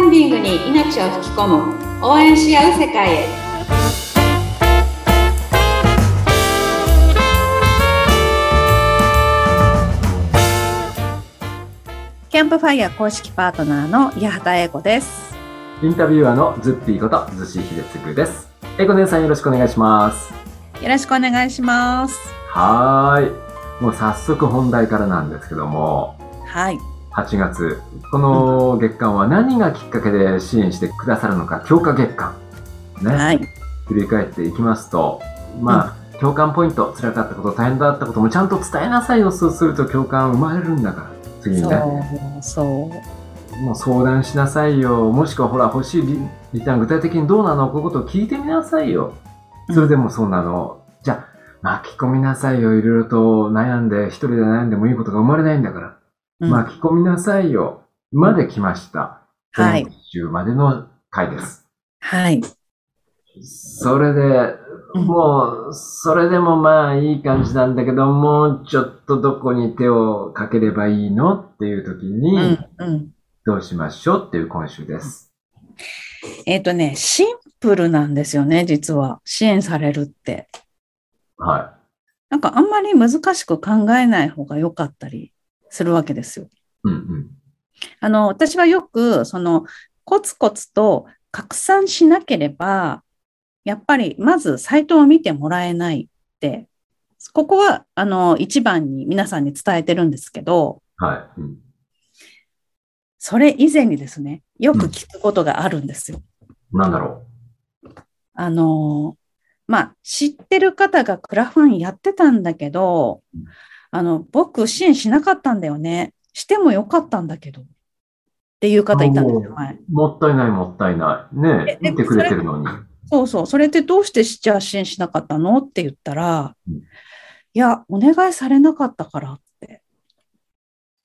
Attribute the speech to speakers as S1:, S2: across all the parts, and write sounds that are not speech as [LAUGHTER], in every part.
S1: に命を吹き込む応援し合う世界へ
S2: キャンプファイヤー公式パートナーの八幡英子です。
S3: インタビュアーのズッピーことズシヒデツグです。エコネンさんよろしくお願いします。
S2: よろしくお願いします。
S3: はーい。もう早速本題からなんですけども、
S2: はい。
S3: 8月、この月間は何がきっかけで支援してくださるのか、強化月間。ね。
S2: はい。
S3: 振り返っていきますと、まあ、共感ポイント、辛かったこと、大変だったこともちゃんと伝えなさいよ、そうすると共感生まれるんだから。次に
S2: そ
S3: ね。
S2: う、そう。
S3: もう相談しなさいよ。もしくはほら、欲しいリリターン具体的にどうなのこういうことを聞いてみなさいよ。それでもそうなの。じゃあ、巻き込みなさいよ。いろいろと悩んで、一人で悩んでもいいことが生まれないんだから。
S2: うん、
S3: 巻き込みなさいよ。まで来ました。
S2: はい。
S3: 週までの回です。
S2: はい。
S3: それで、
S2: うん
S3: もう、それでもまあいい感じなんだけど、もうちょっとどこに手をかければいいのっていう時
S2: う
S3: に、
S2: ん。うん。
S3: どうしましょうっていう今週です。
S2: えっ、とね、シンプルなんですよね、実は。支援されるって。
S3: はい。
S2: なんかあんまり難しく考えない方が良かったりするわけですよ。
S3: うんうん。
S2: あの、私はよく、その、コツコツと拡散しなければ、やっぱり、まずサイトを見てもらえないって、ここは、あの、一番に皆さんに伝えてるんですけど、
S3: はい。うん、
S2: それ以前にですね、よく聞くことがあるんですよ。
S3: なんだろ
S2: あの、まあ、知ってる方がクラファンやってたんだけど
S3: うん、
S2: あの、僕支援しなかったんだよね。してもよかったんだけど。っていう方いたんですよ、
S3: おー
S2: 前。
S3: う。もったいない、もったいない。ね
S2: え
S3: え、見てくれてるのに。
S2: そうそう。それってどうしてじゃあ支援しなかったのって言ったら、
S3: うん
S2: いや、お願いされなかったからって。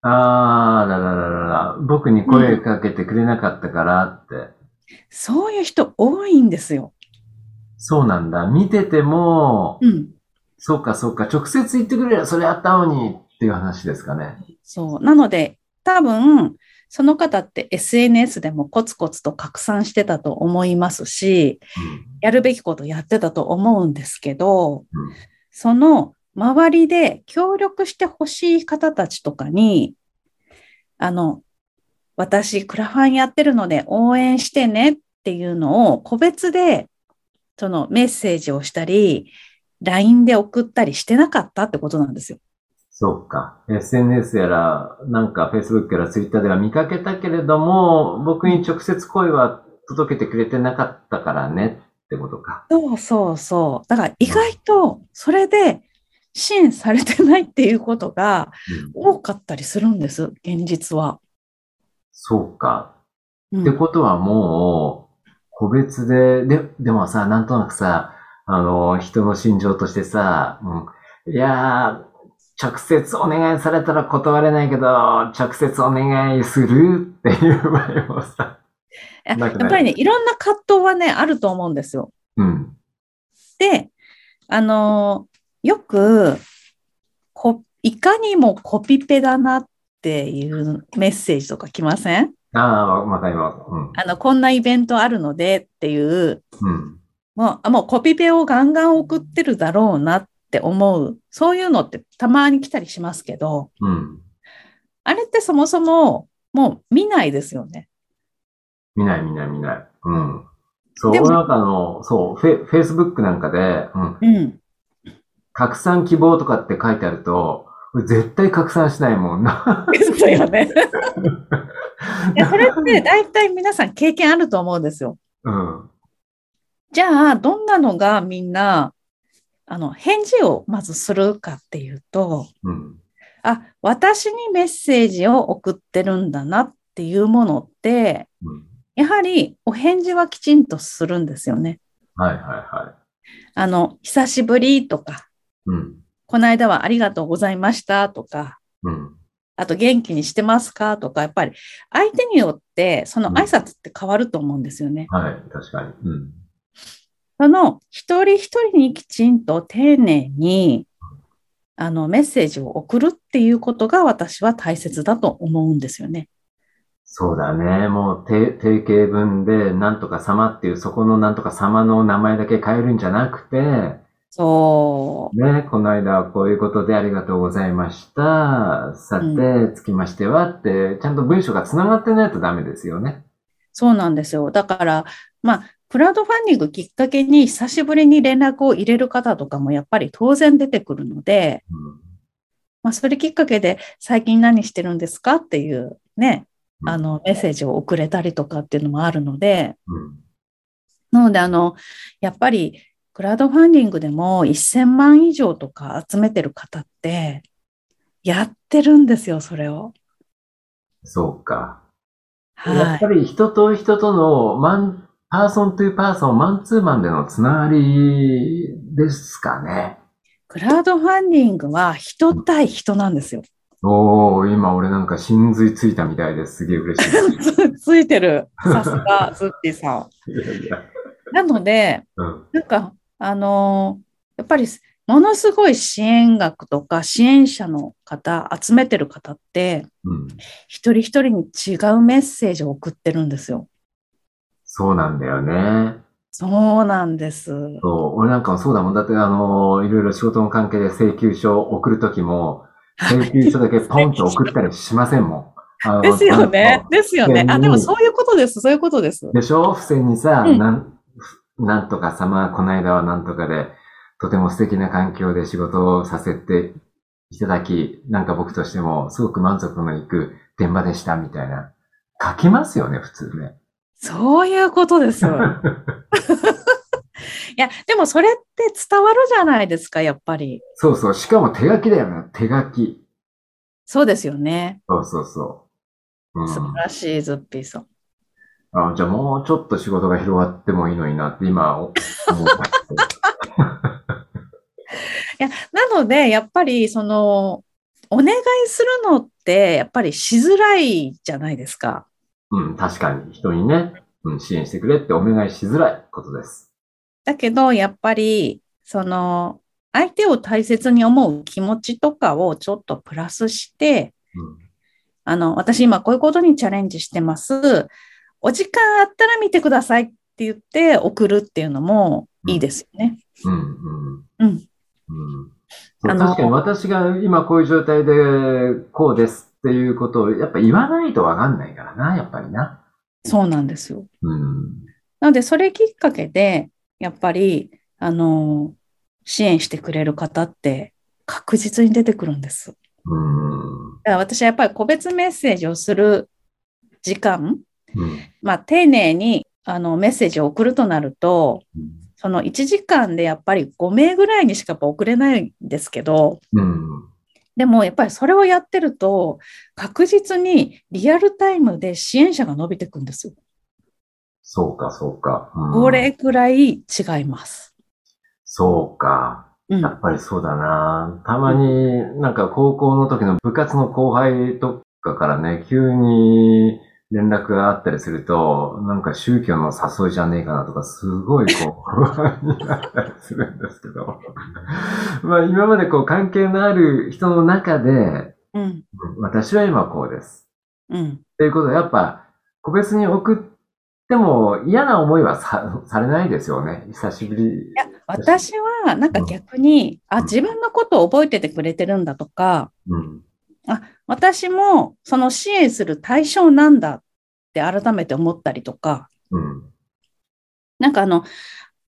S3: あー、ららららら。僕に声かけてくれなかったからって。
S2: そういう人多いんですよ。
S3: そうなんだ。見てても、
S2: うん。
S3: そうかそうか、直接言ってくれればそれあったのにっていう話ですかね。
S2: そう。なので、多分、その方って SNS でもコツコツと拡散してたと思いますし、やるべきことやってたと思うんですけど、
S3: うん
S2: その周りで協力してほしい方たちとかに、あの、私、クラファンやってるので応援してねっていうのを個別で、そのメッセージをしたり、LINE で送ったりしてなかったってことなんですよ。
S3: そうか。SNS やら、なんか Facebook やら Twitter では見かけたけれども、僕に直接声は届けてくれてなかったからねってことか。
S2: そうそうそう。だから意外とそれで支援されてないっていうことが
S3: うん
S2: 多かったりするんです、現実は。
S3: そうか。
S2: うん
S3: ってことはもう、個別で、で、でもさ、なんとなくさ、あの、人の心情としてさ、うん、いやー、直接お願いされたら断れないけど、直接お願いするっていう場合もさ、
S2: や
S3: な
S2: や
S3: く
S2: っ
S3: ない
S2: ぱりね、いろんな葛藤はね、あると思うんですよ。
S3: うん、
S2: で、あのーよく、こいかにもコピペだなっていうメッセージとか来ません
S3: ああ、わかります。
S2: あの、こんなイベントあるのでっていう、
S3: うん、うん、
S2: もう、あもうコピペをガンガン送ってるだろうなって思う、そういうのってたまに来たりしますけど、
S3: うん。
S2: あれってそもそももう見ないですよね。
S3: 見ない見ない見ない。うん。そう、
S2: でも
S3: 俺なんかあの、そう、フェ、フェイスブックなんかで、うん、
S2: うん。
S3: 拡散希望とかって書いてあると、俺絶対拡散しないもんな。 [LAUGHS]
S2: ですよね。いやそれって大体皆さん経験あると思うんですよ。
S3: うん。
S2: じゃあ、どんなのがみんな、あの、返事をまずするかっていうと、
S3: うん。
S2: あ、私にメッセージを送ってるんだなっていうものって、
S3: うん
S2: やはりお返事はきちんとするんですよね。
S3: はいはいは
S2: あの、久しぶりとか、
S3: い。うん。
S2: この間はありがとうございましたとか、
S3: うん。
S2: あと元気にしてますかとか、やっぱり相手によってその挨拶って変わると思うんですよね。
S3: はい。確かに。うん。
S2: その一人一人にきちんと丁寧にあのメッセージを送るっていうことが私は大切だと思うんですよね。
S3: そうだね。もう、て定型文で、なんとか様っていう、そこのなんとか様の名前だけ変えるんじゃなくて、
S2: そう。
S3: ね、この間はこういうことでありがとうございました。さて、
S2: う
S3: つきましてはって、ちゃんと文章が繋がってないとダメですよね。
S2: そうなんですよ。だから、まあ、クラウドファンディングきっかけに久しぶりに連絡を入れる方とかもやっぱり当然出てくるので、まあ、それきっかけで最近何してるんですかっていうね、
S3: うん
S2: あの、メッセージを送れたりとかっていうのもあるので、
S3: うん。うん。
S2: なので、あの、やっぱりクラウドファンディングでも1000万以上とか集めてる方って、やってるんですよ、それを。
S3: そうか。や
S2: は
S3: っ
S2: い
S3: ぱ。り人と人とのマン、パーソンというパーソン、マンツーマンでのつながりですかね。
S2: クラウドファンディングは人対人なんですよ。 [LAUGHS]
S3: おー、今俺なんか真髄ついたみたいです。すげえ嬉しい。
S2: [LAUGHS] ついてる。さす
S3: [LAUGHS]
S2: が、ズッティさん。
S3: いやいや
S2: なので、
S3: うん
S2: なんか、あのーやっぱり、ものすごい支援額とか支援者の方、集めてる方って、
S3: うん
S2: 一人一人に違うメッセージを送ってるんですよ。
S3: そうなんだよね。
S2: そうなんです。
S3: そう、俺なんかもそうだもん。だって、あのーいろいろ仕事の関係で請求書を送るときも、
S2: [LAUGHS]
S3: 請求書だけポンと送ったりしませんもん。あの
S2: ですよね。。ですよね。あ、でもそういうことです。そういうことです。
S3: でしょ付箋にさ、
S2: うん
S3: なん、なんとか様、この間はなんとかで、とても素敵な環境で仕事をさせていただき、なんか僕としてもすごく満足のいく現場でした、みたいな。書きますよね、普通ね。
S2: そういうこと
S3: [LAUGHS]
S2: です。いや、でもそれって伝わるじゃないですか、やっぱり。
S3: そうそう。しかも手書きだよね。手書き。
S2: そうですよね。
S3: そうそうそう。うん
S2: 素晴らしい、ズッピーさん。
S3: あじゃあもうちょっと仕事が広がってもいいのになって今思った。
S2: いや、なので、やっぱり、その、お願いするのって、やっぱりしづらいじゃないですか。
S3: うん、確かに人にね、うん、支援してくれってお願いしづらいことです。
S2: だけど、やっぱり、その、相手を大切に思う気持ちとかをちょっとプラスして、あの、私今こういうことにチャレンジしてます。お時間あったら見てくださいって言って送るっていうのもいいですよね。
S3: うん、うん、
S2: うん。
S3: うん。そう
S2: あの
S3: 確かに私が今こういう状態でこうですっていうことをやっぱ言わないとわかんないからな、やっぱりな。
S2: そうなんですよ。
S3: うん、
S2: なので、それきっかけで、やっぱり、あの、支援してくれる方って確実に出てくるんです。
S3: うん、
S2: だから私はやっぱり個別メッセージをする時間、
S3: うん。
S2: まあ、丁寧にあのメッセージを送るとなると、その1時間でやっぱり5名ぐらいにしかやっぱ送れないんですけど、
S3: うん、
S2: でもやっぱりそれをやってると、確実にリアルタイムで支援者が伸びていくんですよ。
S3: そうか、そうか。うん
S2: これくらい違います。
S3: そうか。
S2: うん
S3: やっぱりそうだなたまに、なんか高校の時の部活の後輩とかからね、急に連絡があったりすると、なんか宗教の誘いじゃねえかなとか、すごいこう、不安になったりするんですけど。 [LAUGHS] まあ今までこう関係のある人の中で、
S2: うん。
S3: 私は今こうです。
S2: うん。
S3: ということで、やっぱ、個別に送っても嫌な思いはさされないですよね。久しぶり
S2: い。や、私は、なんか逆に、あ、自分のことを覚えててくれてるんだとか、
S3: うん。
S2: 私もその支援する対象なんだって改めて思ったりとか、
S3: うん。
S2: なんかあの、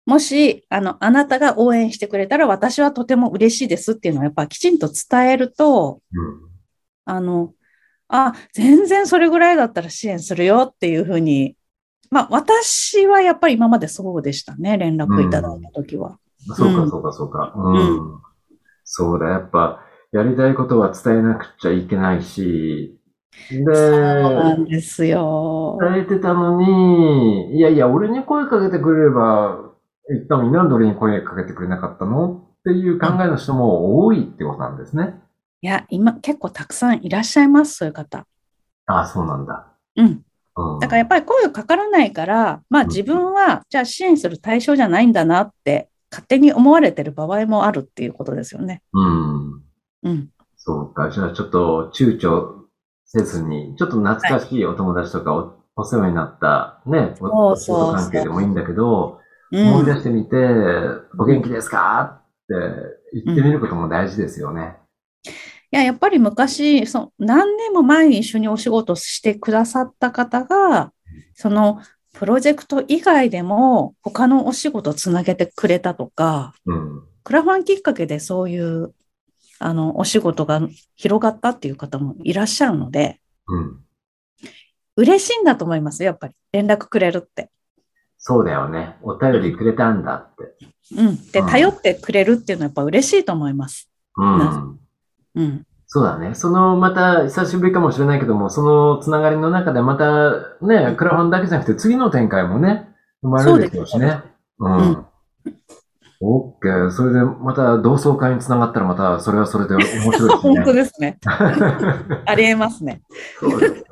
S2: もし、あの、あなたが応援してくれたら私はとても嬉しいですっていうのをやっぱきちんと伝えると、
S3: うん。
S2: あの、あ、全然それぐらいだったら支援するよっていうふうに、まあ私はやっぱり今までそうでしたね、連絡いただいた時は。
S3: そう
S2: う
S3: か、
S2: ん
S3: そうか、そうか。うん。そうだ、やっぱ、やりたいことは伝えなくちゃいけないし、で、
S2: そうなんですよ。
S3: 伝えてたのに、いやいや、俺に声かけてくれれば、言ったのになんで俺に声かけてくれなかったのっていう考えの人も多いってことなんですね。
S2: いや、今結構たくさんいらっしゃいます、そういう方。
S3: ああ、そうなんだ。
S2: うん。
S3: うん。
S2: だからやっぱり声かからないから、まあ自分は、じゃあ支援する対象じゃないんだなって、勝手に思われてる場合もあるっていうことですよね。
S3: うん。
S2: うん。
S3: そうか。じゃあちょっと躊躇せずに、ちょっと懐かしいお友達とかお、お世話になったね、おお仕
S2: そうそう
S3: 事関係でもいいんだけど、
S2: う
S3: 思い出
S2: ん、
S3: してみて、お元気ですかって言ってみることも大事ですよね。
S2: いや、やっぱり昔、その何年も前に一緒にお仕事してくださった方が、そのプロジェクト以外でも他のお仕事つなげてくれたとか、
S3: うん。
S2: クラファンきっかけでそういう、あの、お仕事が広がったっていう方もいらっしゃるので、
S3: うん。
S2: 嬉しいんだと思いますよ、やっぱり。連絡くれるって。
S3: そうだよね。お便りくれたんだって。
S2: うん。で、
S3: うん
S2: 頼ってくれるっていうのはやっぱ嬉しいと思います。
S3: うん。
S2: うん。
S3: そうだね。その、また、久しぶりかもしれないけども、そのつながりの中でまた、ね、クラファンだけじゃなくて、次の展開もね、生まれるでしょうしね。う。
S2: うん
S3: オッケー。それで、また、同窓会につながったら、また、それはそれで面白いしね。
S2: [LAUGHS] 本当です
S3: [LAUGHS]
S2: ね。ありえますね。
S3: そうですよね。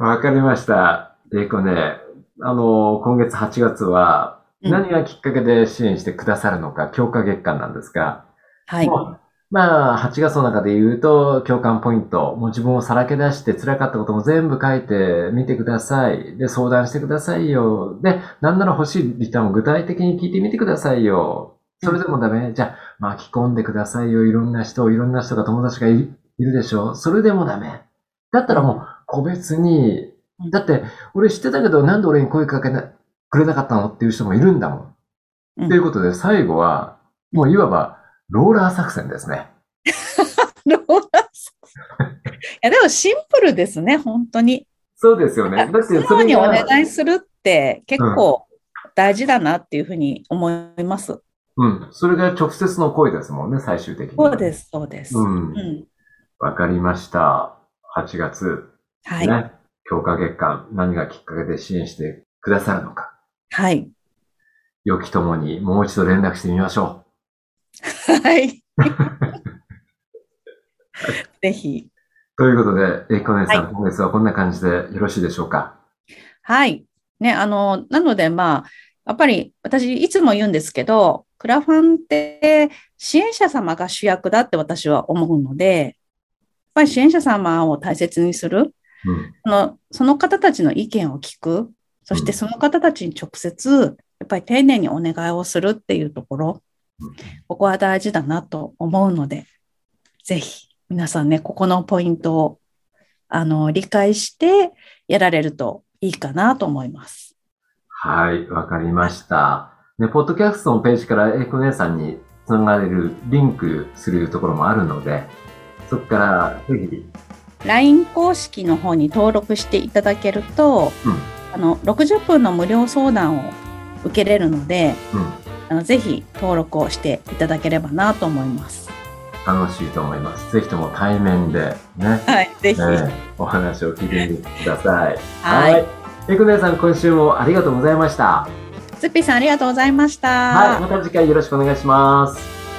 S3: わかりました。で、これね、あの、今月8月は、
S2: うん
S3: 何がきっかけで支援してくださるのか、強化月間なんですが、
S2: はい。
S3: もうまあ、8月の中で言うと、共感ポイント。もう自分をさらけ出して辛かったことも全部書いてみてください。で、相談してくださいよ。で、なんなら欲しいリターンを具体的に聞いてみてくださいよ。それでもダメじゃあ、巻き込んでくださいよ。いろんな人、いろんな人が友達がいいるでしょそれでもダメ。だったらもう、個別に
S2: うん。
S3: だって、俺知ってたけど、なんで俺に声かけな、くれなかったのっていう人もいるんだもん。
S2: うん
S3: ということで、最後は、もういわば、ローラー作戦ですね。
S2: [LAUGHS] ローラースいや、でもシンプルですね、本当に。
S3: そうですよね。だって
S2: 素
S3: そ
S2: 直
S3: れ
S2: にお
S3: が、
S2: 願いするって結構大事だなっていうふうに思います。
S3: うん、それが直接の声ですもんね、最終的に。
S2: そうです、そうです。
S3: う。
S2: うんん。
S3: わかりました。8月、
S2: はい。
S3: ね。強化月間、何がきっかけで支援してくださるのか。
S2: はい。
S3: 良きともにもう一度連絡してみましょ [LAUGHS]
S2: はい。 [LAUGHS] ぜひ。
S3: う。ということで、えいこねさん、
S2: は
S3: 今月はこんな感じでよろしいでしょうか。
S2: はい。ね、あの、なので、まあ、やっぱり私、いつも言うんですけど、クラファンって支援者様が主役だって私は思うので、やっぱり支援者様を大切にする、
S3: うん。
S2: そのその方たちの意見を聞く、そしてその方たちに直接、やっぱり丁寧にお願いをするっていうところ
S3: うん、
S2: ここは大事だなと思うので、ぜひ皆さんね、ここのポイントをあの理解してやられるといいかなと思います。
S3: はい、わかりました。ね、ポッドキャストのページからえいこねさんにつながれるリンクするところもあるので、そこからぜひ、
S2: LINE 公式の方に登録していただけると、
S3: うん
S2: あの60分の無料相談を受けれるので
S3: うん。
S2: あの、ぜひ登録をしていただければなと思います。
S3: 楽しいと思います。ぜひとも対面で
S2: [LAUGHS]
S3: ね、
S2: はい、ぜ
S3: え
S2: ひ。
S3: ーお話を聞いてみてください。
S2: はい
S3: い。えくねさん、今週もありがとうございました。
S2: ツッピーさんありがとうございました。
S3: はい。また次回よろしくお願いします。